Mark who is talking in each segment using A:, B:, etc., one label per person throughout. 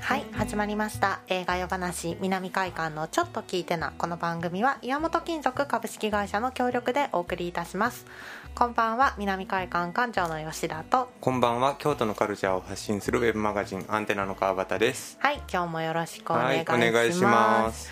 A: はい始まりました映画夜話南海館のちょっと聞いてなこの番組は岩本金属株式会社の協力でお送りいたしますこんばんは南海館館長の吉田と
B: こんばんは京都のカルチャーを発信するウェブマガジンアンテナの川端です
A: はい今日もよろしくお願
B: はいい
A: し
B: お
A: ます,、
B: 願いします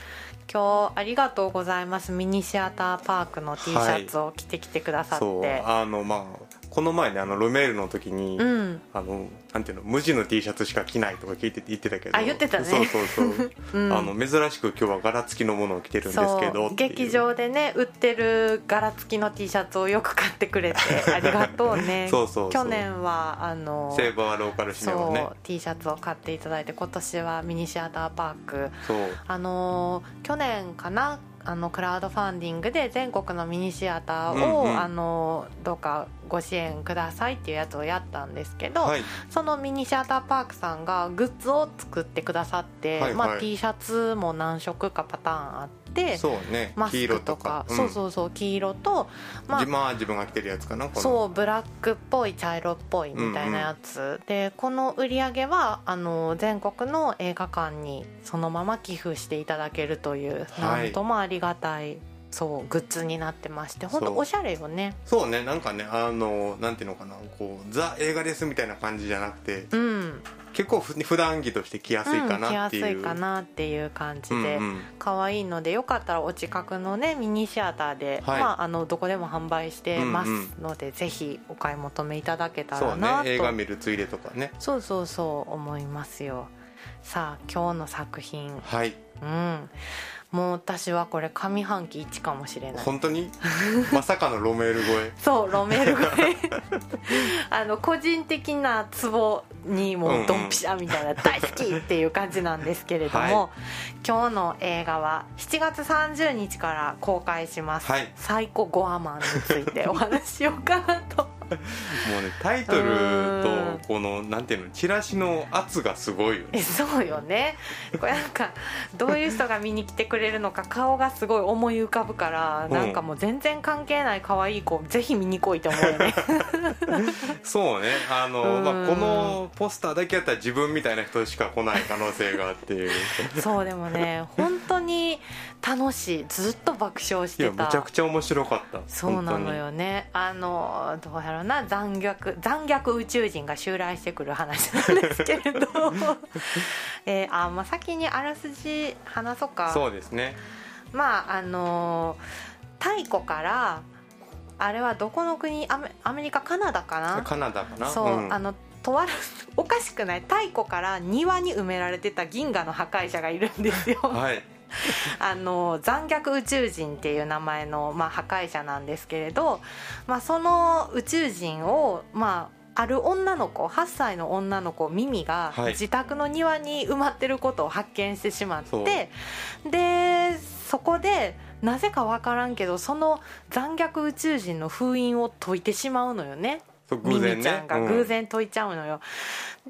A: 今日ありがとうございますミニシアターパークの T シャツを着てきてくださって、
B: そうあのまあこの前ねあのロメールの時に、
A: うん
B: あのなんていうの無地の T シャツしか着ないとか聞いて言ってたけど
A: あ言ってたね
B: そうそうそう、
A: うん
B: あの珍しく今日は柄付きのものを着てるんですけど
A: そう
B: っていう
A: 劇場でね売ってる柄付きの T シャツをよく買ってくれてありがとうね
B: そうそうそう
A: 去年はあの
B: セーバーローカルシネマね
A: そう T シャツを買っていただいて今年はミニシアターパーク
B: そう
A: あのー去年かなあのクラウドファンディングで全国のミニシアターを、
B: うんうん
A: あのーどうかご支援くださいっていうやつをやったんですけど、
B: はい
A: そのミニシアターパークさんがグッズを作ってくださって、
B: はいはい
A: まあ、T シャツも何色かパターンあって
B: そうね
A: マ
B: 黄
A: スク
B: 色
A: と
B: と
A: か
B: か
A: そうそうそう黄色と、
B: うん
A: まあ
B: 自、まあ自分が着てるやつかなこの
A: そうブラックっぽい茶色っぽいみたいなやつ、でこの売り上げはあの全国の映画館にそのまま寄付していただけるという、
B: はい
A: なんともありがたいそうグッズになってまして本
B: そ
A: 当
B: う
A: おしゃれよね
B: そうねなんかねあのなんていうのかなこうザ映画ですみたいな感じじゃなくて
A: うん
B: 結構ふ普段着として着やすいか
A: うん着
B: な
A: や
B: って
A: す
B: いう、
A: いかなっていう感じで、
B: うんうん
A: 可愛いのでよかったらお近くのねミニシアターで、
B: はい
A: まあ、あのどこでも販売してます
B: うんう
A: ので、ぜひお買い求めいただけた
B: そ
A: ら
B: うね
A: なと、
B: 映画見るついでとかね
A: そうそうそう思いますよさあ今日の作品
B: はい
A: うんもう私はこれ上半期1かもしれない
B: 本 当にまさかのロメール超え
A: そうロメールがあの個人的なツボにもうドンピシャみたいな大好きっていう感じなんですけれども、
B: は
A: 今日の映画は7月30日から公開します、
B: はい
A: サイコ・ゴアマンについてお話ししようかなと
B: もうねタイト
A: うーん
B: ルとこのなんていうのチラシの圧がすごいよね
A: えそうよねこれなんかどういう人が見に来てくれるのか顔がすごい思い浮かぶから、
B: うん
A: なんかもう全然関係ない可愛い子ぜひ見に来いと思うよ ね
B: そうねあの
A: うーん
B: まあ、このポスターだけやったら自分みたいな人しか来ない可能性があっ ていう
A: そうでもね本当に楽しいずっと爆笑し
B: い
A: て
B: や
A: た
B: めちゃくちゃ面白かった
A: そうなのよねあのどうやろうな残虐残虐宇宙人が襲来してくる話なんですけ れど、えーあまあ、先にあらすじ話そう
B: 本当
A: か
B: にそうですね
A: まああの太古からあれはどこの国アメアメリカカナダかな
B: カナダかな
A: そう、
B: ん
A: あのとある おかしくない太古から庭に埋められてた銀河の破壊者がいるんですよ
B: はい
A: あの残虐宇宙人っていう名前の、まあ、破壊者なんですけれど、まあ、その宇宙人を、まあ、ある女の子8歳の女の子ミミが
B: はい
A: 自宅の庭に埋まってることを発見してしまって、
B: そ
A: でそこでなぜか分からんけどその残虐宇宙人の封印を解いてしまうのよね。
B: そう
A: ミ
B: 偶然ね
A: ミちゃんが偶然解いちゃうのよ。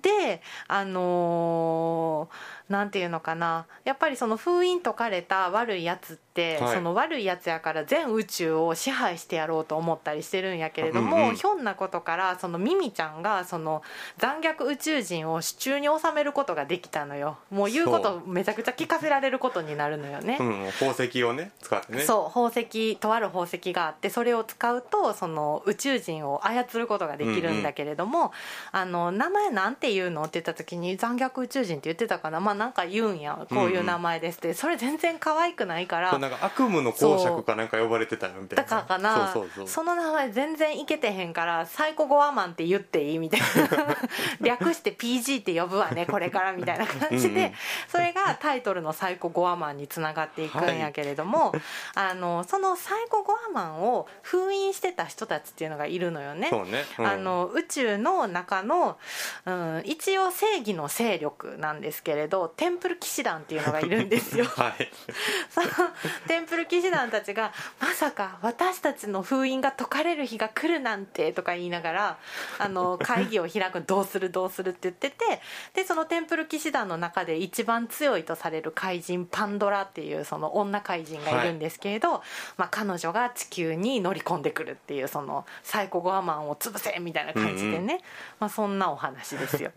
A: であのーなんていうのかなやっぱりその封印解かれた悪いやつって、
B: はい
A: その悪いやつやから全宇宙を支配してやろうと思ったりしてるんやけれども、
B: うんうん
A: ひょんなことからそのミミちゃんがその残虐宇宙人を手中に収めることができたのよ。もう言うことめちゃくちゃ聞かせられることになるのよね。
B: うん、うん宝石をね使ってね
A: そう宝石とある宝石があってそれを使うとその宇宙人を操ることができるんだけれども、あの名前なんて言うのって言った時に残虐宇宙人って言ってたかなまあなんか言うんやこういう名前ですって、それ全然可愛くないから
B: そうなんか悪夢の公爵かなんか呼ばれてたよみたいな
A: だからかな
B: そうそうそう
A: の名前全然いけてへんからサイコゴアマンって言っていいみた いな略して PG って呼ぶわねこれからみたいな感じで
B: うんうん
A: それがタイトルの「サイコゴアマン」につながっていくんやけれども、あのそのサイコゴアマンを封印してた人たちっていうのがいるのよね。
B: そうね、うん
A: あの宇宙の中の、うん、一応正義の勢力なんですけれどテンプル騎士団っていうのがいるんですよ
B: はい
A: そのテンプル騎士団たちがまさか私たちの封印が解かれる日が来るなんてとか言いながらあの会議を開くどうするどうするって言っててでそのテンプル騎士団の中で一番強いとされる怪人パンドラっていうその女怪人がいるんですけれど、まあ、彼女が地球に乗り込んでくるっていうそのサイコゴアマンを潰せみたいな感じでね、
B: うん
A: まあ、そんなお話です よ。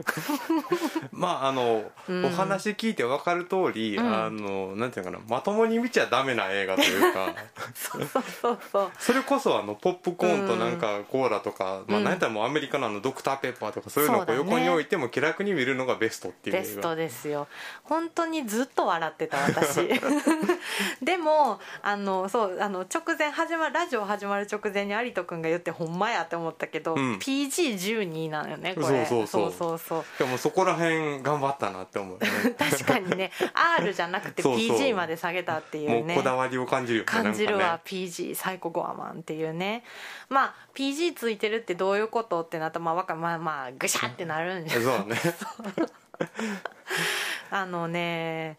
B: まああの、
A: うん
B: お話聞いて分かる通り、
A: うん
B: あのなんていうのかなまともに見ちゃダメな映画とい うか
A: そうそうそうそう
B: それこそあのポップコーンとなんかコーラとか、まあ
A: うん
B: 何やったらもうアメリカのあのドクターペッパーとかそういうのをこ
A: そ
B: う
A: うだね
B: 横に置いても気楽に見るのがベストっていう
A: ベ
B: 映
A: ス
B: 画
A: トですよ本当にずっと笑ってた 私でもあのそうあの直前始まラジオ始まる直前に有人君が言ってほんまやって思ったけど、
B: うん
A: PG12 なのよねこれ
B: そうそうそう
A: そうそう
B: でもそこら辺頑張ったなって思うよね
A: 確かにね R じゃなくて
B: そうそう
A: PG まで下げたっていうね
B: もうこだわりを感じるよね
A: 感じる
B: なん
A: わ
B: か
A: PG サイコゴアマンっていうねまあ PG ついてるってどういうことってなったらまあわかまあまあぐしゃってなるんじゃ
B: ねそうだね
A: あのね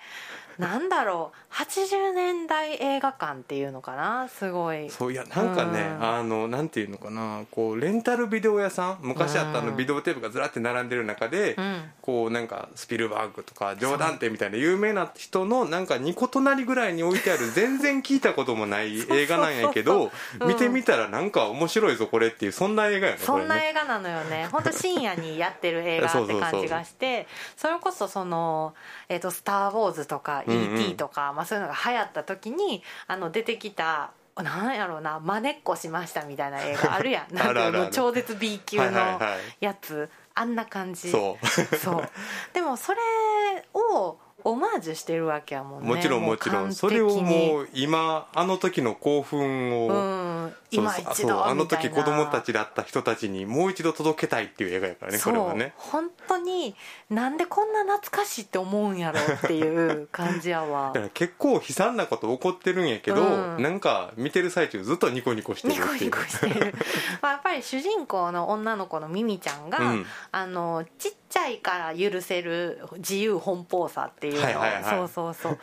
A: なんだろう80年代映画館っていうのかなすごい
B: そういやなんかね、
A: うん
B: あのなんていうのかなこうレンタルビデオ屋さん昔あったあ
A: う
B: の
A: ん
B: ビデオテープがずらって並んでる中で、
A: うん
B: こうなんかスピルバーグとかジョーダンテみたいな有名な人のなんか2個隣ぐらいに置いてある全然聞いたこともない映画なんやけど
A: うん
B: 見てみたらなんか面白いぞこれっていうそんな映画やねこ
A: そ
B: れ
A: んな
B: ね
A: 映画なのよね本当深夜にやってる映画って感じがしてそれこそその「えー、とスター・ウォーズ」とか「
B: うんうん
A: E.T.」とか、まあ、そういうのが流行った時にあの出てきたなんやろうなまねっこしましたみたいな映画あるやんなん
B: ある
A: か
B: あるある
A: もう超絶 B 級
B: はいはい
A: の
B: はい
A: やつあんな感じ
B: そう
A: そうでもそれをオマージュしてるわけやもんね
B: もちろんもちろんそれをもう今あの時の興奮
A: う
B: を
A: 完璧に、うん、
B: そう
A: 今
B: そう
A: 一度
B: そうあの
A: みたいな
B: 時子供たちだった人たちにもう一度届けたいっていう映画やからねこれはね
A: そう本当になんでこんな懐かしいって思うんやろっていう感じやわ
B: だから結構悲惨なこと起こってるんやけど、
A: うん
B: なんか見てる最中ずっとニコニコしてる
A: ニ
B: っていう
A: コニコして る、まあ、やっぱり主人公の女の子のミミちゃんが、
B: うん
A: あのちっちゃいから許せる自由奔放さっていうの、
B: はいはいはい
A: そうそうそう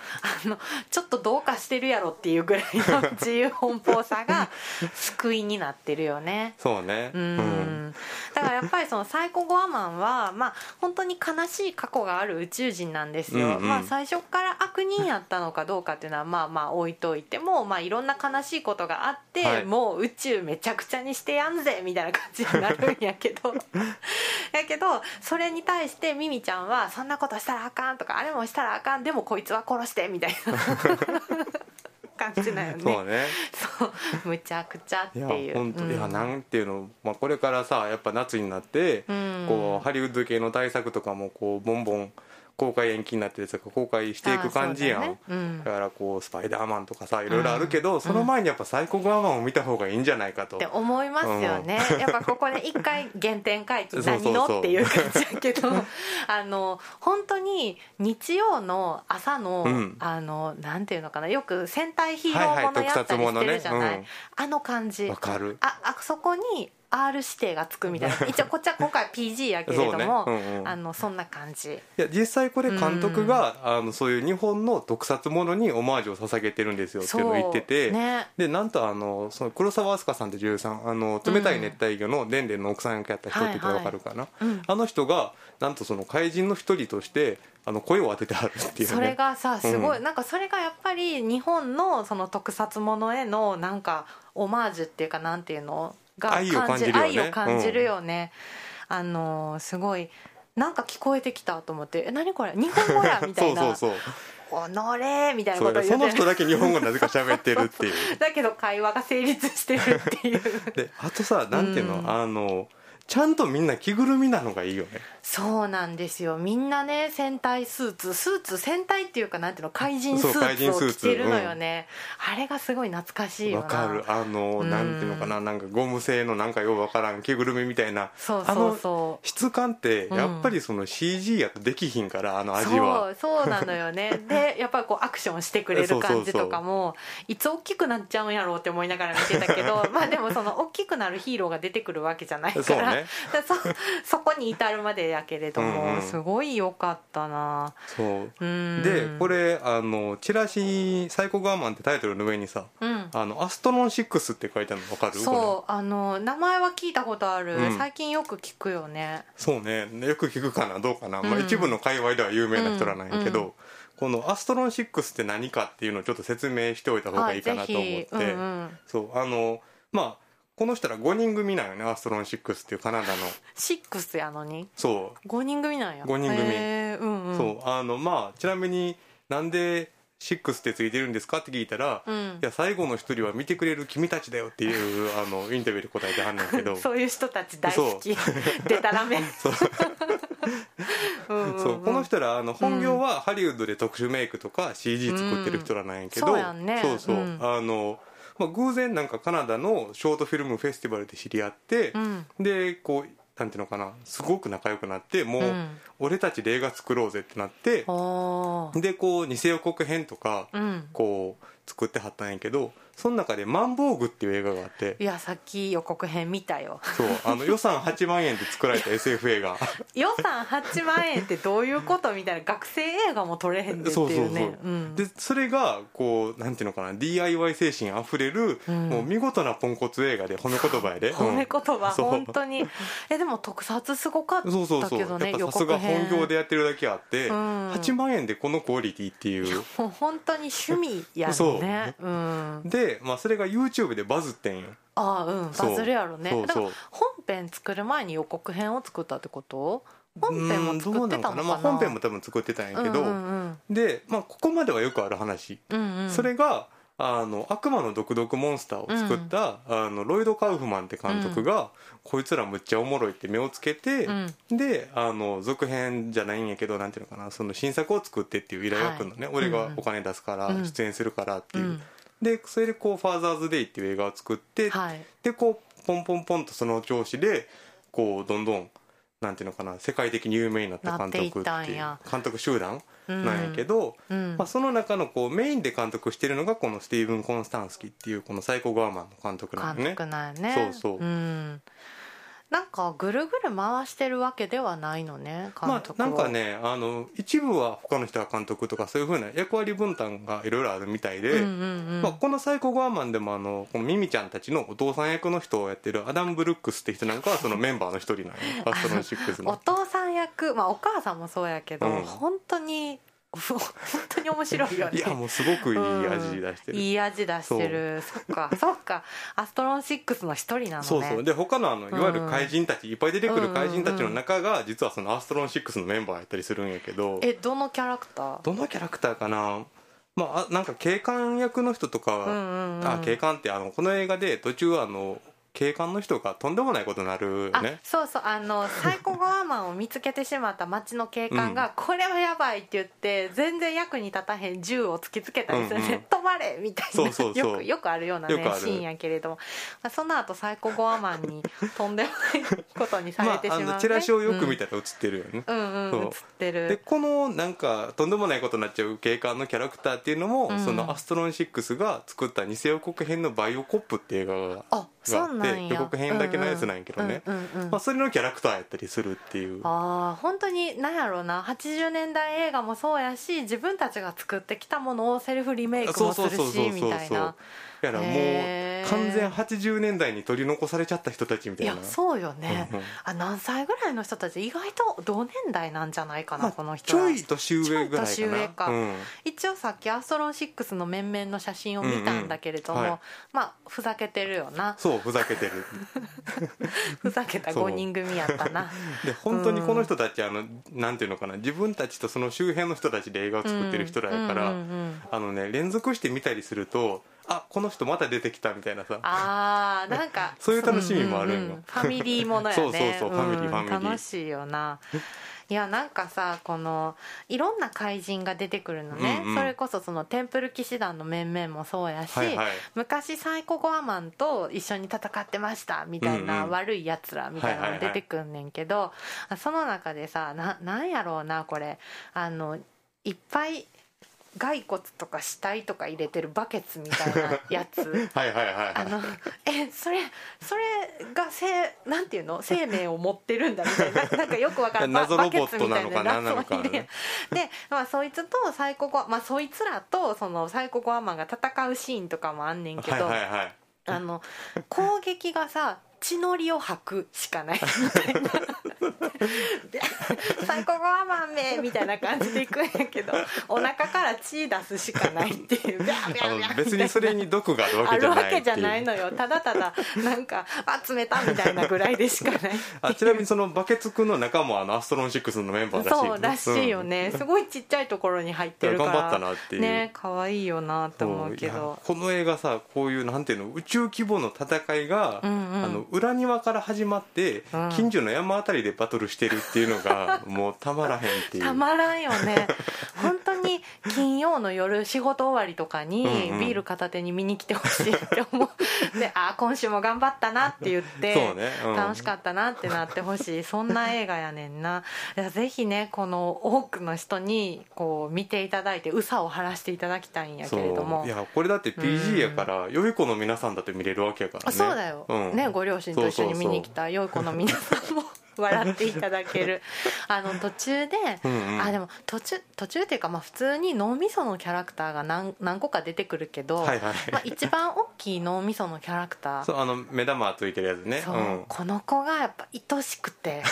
A: あのちょっとどうかしてるやろっていうぐらいの自由奔放さが救いになってるよね
B: そうね
A: うんだからやっぱりそのサイコゴアマンは、まあ、本当に悲しい過去がある宇宙人なんですよ、
B: うんうん
A: まあ、最初から悪人やったのかどうかっていうのはまあまあ置いといても、まあ、いろんな悲しいことがあって、
B: はい
A: もう宇宙めちゃくちゃにしてやんぜみたいな感じになるんやけど やけどそれに対してミミちゃんはそんなことしたらあかんとかあれもしたらあかんでもこいつは殺してみたいな 感じなんよね。
B: そうね
A: そうむちゃくちゃって
B: い
A: い
B: や
A: う
B: 本当、
A: うん
B: いやなんていうの、まあ、これからさやっぱ夏になって、
A: うん
B: こうハリウッド系の大作とかもこうボンボン公開延期になってるとか公開していく感じやん
A: あー
B: だ,、
A: そうだねうん
B: からこうスパイダーマンとかさいろいろあるけど、その前にやっぱサイコガーマンを見た方がいいんじゃないかと
A: って思いますよね、やっぱここで一回原点回帰
B: そうそうそ
A: 何
B: う
A: のっていう感じだけどあの本当に日曜の朝の、
B: うん
A: あのなんていうのかなよく戦隊ヒーローもの
B: はいはい
A: やったりしてるじゃない、
B: 特撮ものね
A: あの感じ
B: わかる
A: ああそこに R 指定がつくみたい な一応こっちは今回 PG やけれども、
B: そうねうんうん
A: あのそんな感じ
B: いや実際これ監督が、あのそういう日本の特撮ものにオマージュを捧げてるんですよっていうのを言ってて、
A: そうね
B: でなんとあのその黒澤飛鳥さんって女優さんあの冷たい熱帯魚のでんでんの奥さん役やった人って言ったらわかるかな、
A: うん
B: あの人がなんとその怪人の一人としてあの声を当ててあるっていうね
A: それがさすごい、
B: う
A: なんかそれがやっぱり日本のその特撮ものへのなんかオマージュっていうかなんていうのが
B: 愛を感じるよね
A: 愛を感じるよねあのーすごいなんか聞こえてきたと思って「え何これ日本語や」みた
B: そ
A: いうな
B: そう
A: 「
B: そう
A: おのれ」みたいな
B: そ
A: こ
B: う
A: と
B: だ
A: を
B: そ
A: 言
B: の
A: って
B: 人だけ日本語なぜか喋ってるっていう
A: だけど会話が成立してるっていう
B: であとさなんていうの、
A: うん
B: あのちゃんとみんな着ぐるみなのがいいよね
A: そうなんですよみんなね戦隊スーツスーツ戦隊っていうかなんていうの怪人ス
B: そう怪
A: ー
B: 人
A: ツ
B: ス
A: を
B: ー
A: 着
B: ツ
A: てるのよね、あれがすごい懐かしいよ
B: わ
A: な
B: かるあの、
A: うん
B: なんていうのかななんかゴム製のなんかようわからん着ぐるみみたいな
A: そうそうそう
B: あの質感ってやっぱりその CG やとできひんから、あの味は
A: そうそうなのよ ねでやっぱりこうアクションしてくれる感じとかもいつ大き くなっちゃうんやろうって思いながら見てたけどまあでもその大きくなるヒーローが出てくるわけじゃない
B: そう
A: から、
B: ね
A: だから そそこに至るまでやけれども、
B: うんうん
A: すごい良かったな
B: そう
A: うん
B: でこれあのチラシ「サイコガーマン」ってタイトルの上にさ
A: うん
B: 「あのアストロン6」って書いてあるの分かるこれ
A: そうあの名前は聞いたことある、
B: うん
A: 最近よく聞くよね
B: そうねよく聞くかなどうかな、まあ、
A: うん
B: 一部の界隈では有名な人らなんやけど、
A: うんう
B: この「アストロン6」って何かっていうのをちょっと説明しておいた方がいいかなと思って、
A: はいぜひうんうん、
B: そうあのまあこの人ら5人組なのよねアストロン6っていうカナダの
A: シックスやのに
B: そう
A: 5人組なんや
B: 五人組
A: へーうんうん
B: そうあのまあちなみになんで「6」ってついてるんですかって聞いたら「
A: うん
B: いや最後の一人は見てくれる君たちだよ」っ ていうあのインタビューで答えてはんねんけど
A: そういう人たち大好き でたらめ
B: そう
A: うんうんうん
B: そうこの人らあの本業はハリウッドで特殊メイクとか CG 作ってる人らなんやけど、
A: うんそうやんね
B: そうそう
A: うん
B: あの、まあ、偶然なんかカナダのショートフィルムフェスティバルで知り合って
A: う、ん
B: でこうなんていうのかなすごく仲良くなってもう、
A: うん
B: 俺たちで映画作ろうぜってなって
A: おー
B: でこう偽予告編とか、
A: うん
B: こう作ってはったんやけどその中で「マンボーグ」っていう映画があって
A: いやさっき予告編見たよ
B: そうあの予算8万円で作られた SF 映画
A: 予算8万円ってどういうことみたいな学生映画も撮れへんでって
B: そう
A: い
B: そう
A: う
B: そ
A: ね
B: う、
A: うん
B: でそれがこうなんていうのかな DIY 精神あふれる、
A: うん
B: もう見事なポンコツ映画で褒め言葉やで
A: 褒め言葉
B: そう
A: 本当にえでも特撮すごかっ
B: うんそうそう
A: た
B: そう、
A: けどね
B: やっ
A: 予
B: ぱさす
A: 告
B: が
A: 編
B: 本業でやってるだけあって、
A: うん
B: 8万円でこのクオリティっ ていう
A: もう本当に趣味や
B: そ
A: ん
B: う
A: ねうん
B: で、まあ、それが YouTube でバズってんよ
A: ああうん
B: そう
A: バズるやろね
B: そうそう
A: だから本編作る前に予告編を作ったってこと本編も作ってたのかな
B: うんどうなのまあ、本編も多分作ってたんやけど、
A: うんうん
B: で、まあ、ここまではよくある話
A: うんうんうん
B: それがあの悪魔の毒毒モンスターを作った、あのロイド・カウフマンって監督が、こいつらむっちゃおもろいって目をつけて、
A: うん
B: であの続編じゃないんやけどなんていうのかなその新作を作ってっていう依頼が来るのね、
A: はい
B: 俺
A: うん
B: が
A: うん
B: お金出すから、
A: うん
B: 出演するからっていう、
A: うん
B: でそれでこう「ファーザーズ・デイ」っていう映画を作って、
A: はい
B: でこうポンポンポンとその調子でこうどんどんなんていうのかな世界的に有名になった監督っていう
A: なっていったんや
B: 監督集団
A: うん
B: なんやけど、
A: うん
B: まあ、その中のこうメインで監督してるのがこのスティーブン・コンスタンスキーっていうこのサイコ・ガーマンの監督な
A: 監
B: んよね
A: 督なんやね
B: そうそうん
A: なんかぐるぐる回してるわけではないのね監
B: まあ、
A: 督を
B: なんかねあの一部は他の人が監督とかそういうふうな役割分担がいろいろあるみたい
A: うん
B: で、
A: うんうん
B: まあ、このサイコ・ガーマンでもあのこのミミちゃんたちのお父さん役の人をやってるアダム・ブルックスって人なんかはそのメンバーの一人なん よアストロンシックス
A: お
B: の。
A: 父さん役まあお母さんもそうやけど
B: うん
A: 本当に 本当に面白いよね
B: いやもうすごくいい味出してる、
A: いい味出してるそっかそっかアストロン6の一人なのね
B: そうそうで他のあのいわゆる怪人たち、いっぱい出てくる怪人たち
A: うんうん
B: の
A: うん
B: 中が実はそのアストロン6のメンバーやったりするんやけど
A: えどのキャラクター
B: どのキャラクターかなまああなんか警官役の人とか、
A: うんうんうん
B: あ警官ってあのこの映画で途中あの警官の人がとんでもないことになるよ
A: あ
B: ね
A: そうそうあのサイコガーマンを見つけてしまった町の警官が、
B: う
A: これはやばいって言って全然役に立たへん銃を突きつけたりするね、
B: うんうん
A: 止まれみたいな
B: そうそうそう
A: よくよくあるような、ね、
B: よくある
A: シーンやけれども、まあ、その後サイコガーマンにとんでもないことにされてしま
B: あ
A: う、ね
B: のチラシをよく見たら映ってるよね、
A: うん、うんうん映
B: そ
A: っ
B: う
A: て
B: で
A: る
B: このなんかとんでもないことになっちゃう警官のキャラクターっていうのも、
A: うん
B: そのアストロン6が作った偽予告編の「バイオコップ」って映画が
A: あそうなんや
B: 予告編だけのやつなんやけどね
A: うんうんうんうんうん
B: まあ、それのキャラクターやったりするっていう
A: ああ本当に何やろうな80年代映画もそうやし自分たちが作ってきたものをセルフリメイクもするしみたいな
B: やらもう
A: へー
B: 完全80年代に取り残されちゃった人たちみ
A: い
B: たいな
A: やそうよね
B: うんうん
A: あ何歳ぐらいの人たち意外と同年代なんじゃないかな、
B: まあ
A: この人
B: ち
A: は
B: ょい年上ぐらいかな
A: ちょい年上か
B: うん
A: 一応さっきアストロン6の面々の写真を見たんだけれども、
B: うんうんはい
A: まあふざけてるよな
B: そうふざけてる
A: ふざけた
B: そう
A: 5人組やったな
B: で本当にこの人たちあのなんていうのかな自分たちとその周辺の人たちで映画を 作ってる人らやから、
A: うんうんうんうん
B: あのね連続して見たりするとあこの人また出てきたみたいなさ
A: あーなんか
B: そういう楽しみもあるんよ
A: ファミリーものやね
B: そうそうそうんファミリーファミリー
A: 楽しいよないやなんかさこのいろんな怪人が出てくるのね、
B: うんうん
A: それこそそのテンプル騎士団の面々もそうやし、
B: はいはい
A: 昔サイコゴアマンと一緒に戦ってましたみたいな、
B: うんうん
A: 悪いやつらみたいなの出てくんねんけど、その中でさななんやろうなこれあのいっぱい骸骨とか死体とか入れてるバケツみたいなやつ
B: はいはいはい
A: あ
B: はい
A: の えそれそれが生なんていうの生命を持ってるんだみたいな ななんかよくわからん
B: 謎ロボットなの
A: バケツみた
B: か
A: い
B: 何なのか
A: 謎
B: ね
A: にねで、まあ、そいつとサイココまあそいつらとそのサイココアマンが戦うシーンとかもあんねんけど、
B: はいはいはい
A: あの攻撃がさ血のりを吐くしか ないみたいなで「最高はマめ」みたいな感じでいくんやけどお腹から血出すしかないっていうビャービャービャーみたい
B: あ
A: な
B: の別にそれに毒があるわ
A: あ
B: けじ
A: る
B: ゃ
A: わ
B: ない
A: け
B: って
A: じゃ
B: い
A: な
B: う
A: いのよただただなんか集めたみたいなぐらいで しかない
B: あちなみにそのバケツくんの中もあのアストロン6のメンバーらしい
A: そうらしいよ
B: ね
A: ね、すごいちっちゃいところに入ってるから
B: 頑張ったなっていう
A: ね可愛いよなと思うけ
B: そういや
A: ど
B: この映画さこういうなんていうの宇宙規模の戦いが、
A: うんうん
B: あの裏庭から始まって、
A: うん
B: 近所の山あたりでバトルしてるっていう のがもうたまらへんっていう
A: たまらんよね本当に金曜の夜仕事終わりとかに
B: うんうん
A: ビール片手に見に来てほしいって思うでああ今週も頑張ったなって言って
B: そうねうん
A: 楽しかったなってなってほしいそんな映画やねん ないやぜひねこの多くの人にこう見ていただいてうさを晴らしていただきたいんやけれど
B: そ
A: も
B: ういやこれだって PG やから、良い子の皆さんだって見れるわけやからね
A: そうだよ、
B: うん
A: ねご両親と一緒に見に来た良い子の皆さんも笑っていただけ るあの途中で、
B: うんうん
A: あでも途中途中っていうかまあ普通に脳みそのキャラクターが何何個か出てくるけど、
B: はいはい
A: まあ、一番大きい脳みそのキャラクター
B: そうあの目玉ついてるやつね
A: そう、
B: ん
A: この子がやっぱ愛しく て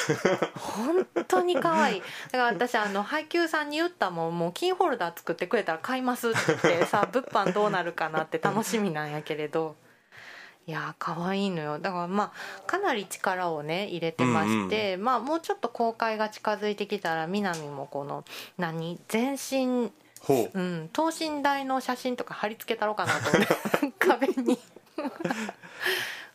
A: 本当に可愛いだから私あの配給さんに言ったもんもうキーホルダー作ってくれたら買いますって言ってさ物販どうなるかなって楽しみなんやけれ どいやー可愛いのよだからまあかなり力をね入れてまして、まあもうちょっと公開が近づいてきたら南もこの何全身
B: ほう
A: うん、等身大の写真とか貼り付けたろうかなと思って 壁に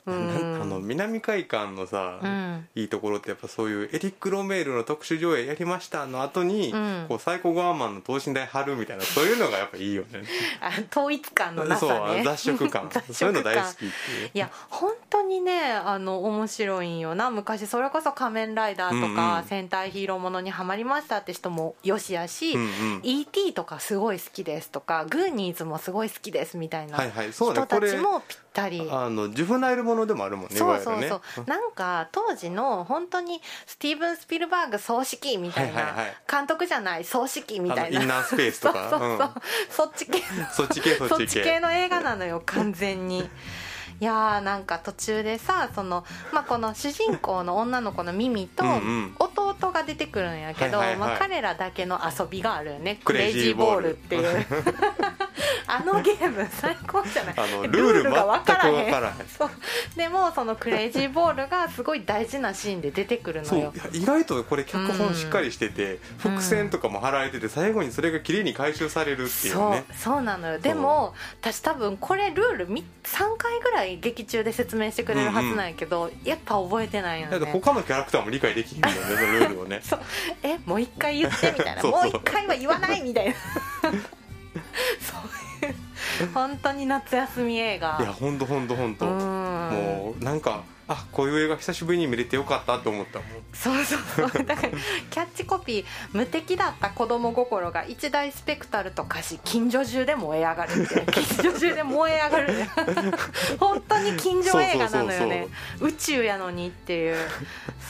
A: うん
B: あの南海館のさ、
A: うん
B: いいところってやっぱそういうエリック・ロメールの特殊上映やりましたの後に、
A: うん
B: こうサイコ・ゴアマンの等身大貼るみたいなそういうのがやっぱいいよね
A: あ統一感のな
B: そう
A: さ
B: あの
A: ね
B: 雑食感
A: 雑食感
B: そういうの大好きっていう
A: いや本当にねあの面白いんよな昔それこそ「仮面ライダー」と
B: うん
A: か
B: う、ん
A: 戦隊ヒーローものにハマりましたって人もよしやし、
B: うんうん
A: ET とかすごい好きですとかグーニーズもすごい好きですみたいな
B: はいはいそうね
A: 人たちもぴったり、
B: あのジュブナイルものでもあるもんね
A: そうそう
B: い
A: そ
B: わ
A: う、なんか当時の本当にスティーブン・スピルバーグ総指揮みたいな、
B: はいはいはい
A: 監督じゃない総指揮みたい
B: あの
A: な
B: インナースペースとか
A: そうそうそう、そっち系の
B: ゆるねそっち系
A: そ
B: そっ
A: っ
B: ち
A: ち
B: 系
A: 系の映画なの よ完全に。いやーなんか途中でさその、まあ、この主人公の女の子のミミと
B: うんうん
A: 弟が出てくるんやけど、
B: はいはいはい
A: まあ、彼らだけの遊びがあるよね
B: ク
A: ク
B: レ
A: レ
B: イ
A: イ
B: ジ
A: ジ
B: ー
A: ー
B: ボ
A: ボ
B: ー
A: ー
B: ル
A: ルっていう あのゲーム最高じゃない
B: あの
A: で
B: ルール
A: 分から
B: 全く
A: へ
B: 分
A: ん
B: からへん
A: そうでもそのクレイジーボールがすごい大事なシーンで出てくる
B: そ
A: の
B: うい
A: よ
B: や意外とこれ脚本しっかりしてて、伏線とかも払えてて最後にそれが綺麗に回収されるっていう
A: そう
B: ね
A: そうなのよでも私多分これルールみ3回ぐらい劇中で説明してくれるはずなんやけど、やっぱ覚えてないよ
B: だって
A: ね
B: 他のキャラクターも理解できひんもんねそのルールをね
A: そうえもう一回言ってみたいな
B: そうそう
A: もう一回は言わないみたいな そういう本当に夏休み映画
B: いやほんとほんとほんと
A: うん
B: もうなんかあこういう映画久しぶりに見れてよかったと思ったもん
A: そうそうそうだからキャッチコピー「無敵だった子供心が一大スペクタルと化し近所中で燃え上がる」み たいな近所中で燃え上がる本当に近所映画なのよね宇宙やのにって いう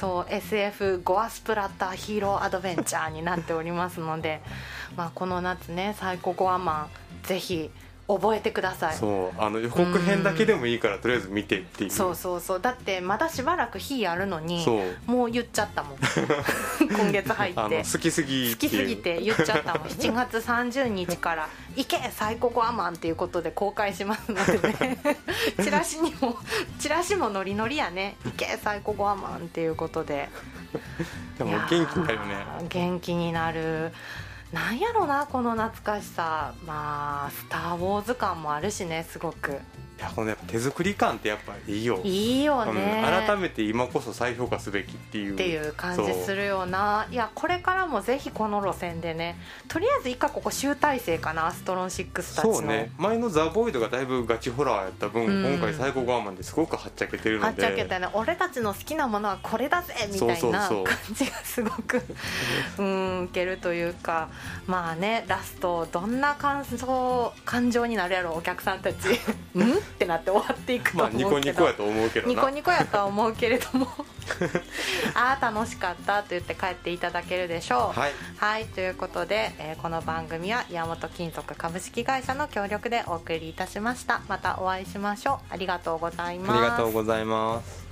A: そう SF ゴアスプラッターヒーローアドベンチャーになっておりますので、まあ、この夏ねサイコゴアマンぜひ覚えてください
B: そうあの予告編だけでもいいからとりあえず見てっていう
A: そうそうそうだってまだしばらく日あるのに
B: そう
A: もう言っちゃった もん今月入って
B: あの好きすぎっ
A: 好
B: て
A: き
B: い
A: す
B: う
A: ぎて言っちゃったもん7月30日から「行け最高コアマン」っていうことで公開しますので ねチラシにもチラシもノリノリやね「行け最高コアマン」っていうことで
B: でも
A: い
B: 元
A: やー
B: 気になるよね
A: 元気になるなんやろなこの懐かしさまあ「スター・ウォーズ」感もあるしねすごく
B: いやこのやっぱ手作り感ってやっぱいいよ
A: いいよね、
B: うん、改めて今こそ再評価すべきっていう
A: っていう感じす
B: る
A: るよないやこれからもぜひこの路線でねとりあえず一回ここ集大成かなアストロン6たち
B: そ
A: の
B: うね前の「ザ・ボイド」がだいぶガチホラーやった分、
A: うん
B: 今回「サイコガーマン」ですごくはっちゃけてるので
A: はっちゃけたね俺たちの好きなものはこれだぜみた
B: そ
A: いうな
B: そうそ
A: 感
B: う
A: じがすご くうん受けるというかまあねラストどんな感想感情になるやろうお客さんた ちんってなって終わっていくと
B: まあニ
A: 思
B: コ
A: うけ
B: ニ
A: ど
B: コやと思うけどな
A: ニコニコやとは思うけれ どもああ楽しかったと言って帰っていただけるでしょう
B: はい
A: はいということで、えーこの番組は岩本金属株式会社の協力でお送りいたしましたまたお会いしましょうありがとうござい
B: あ
A: ます
B: りがとうございます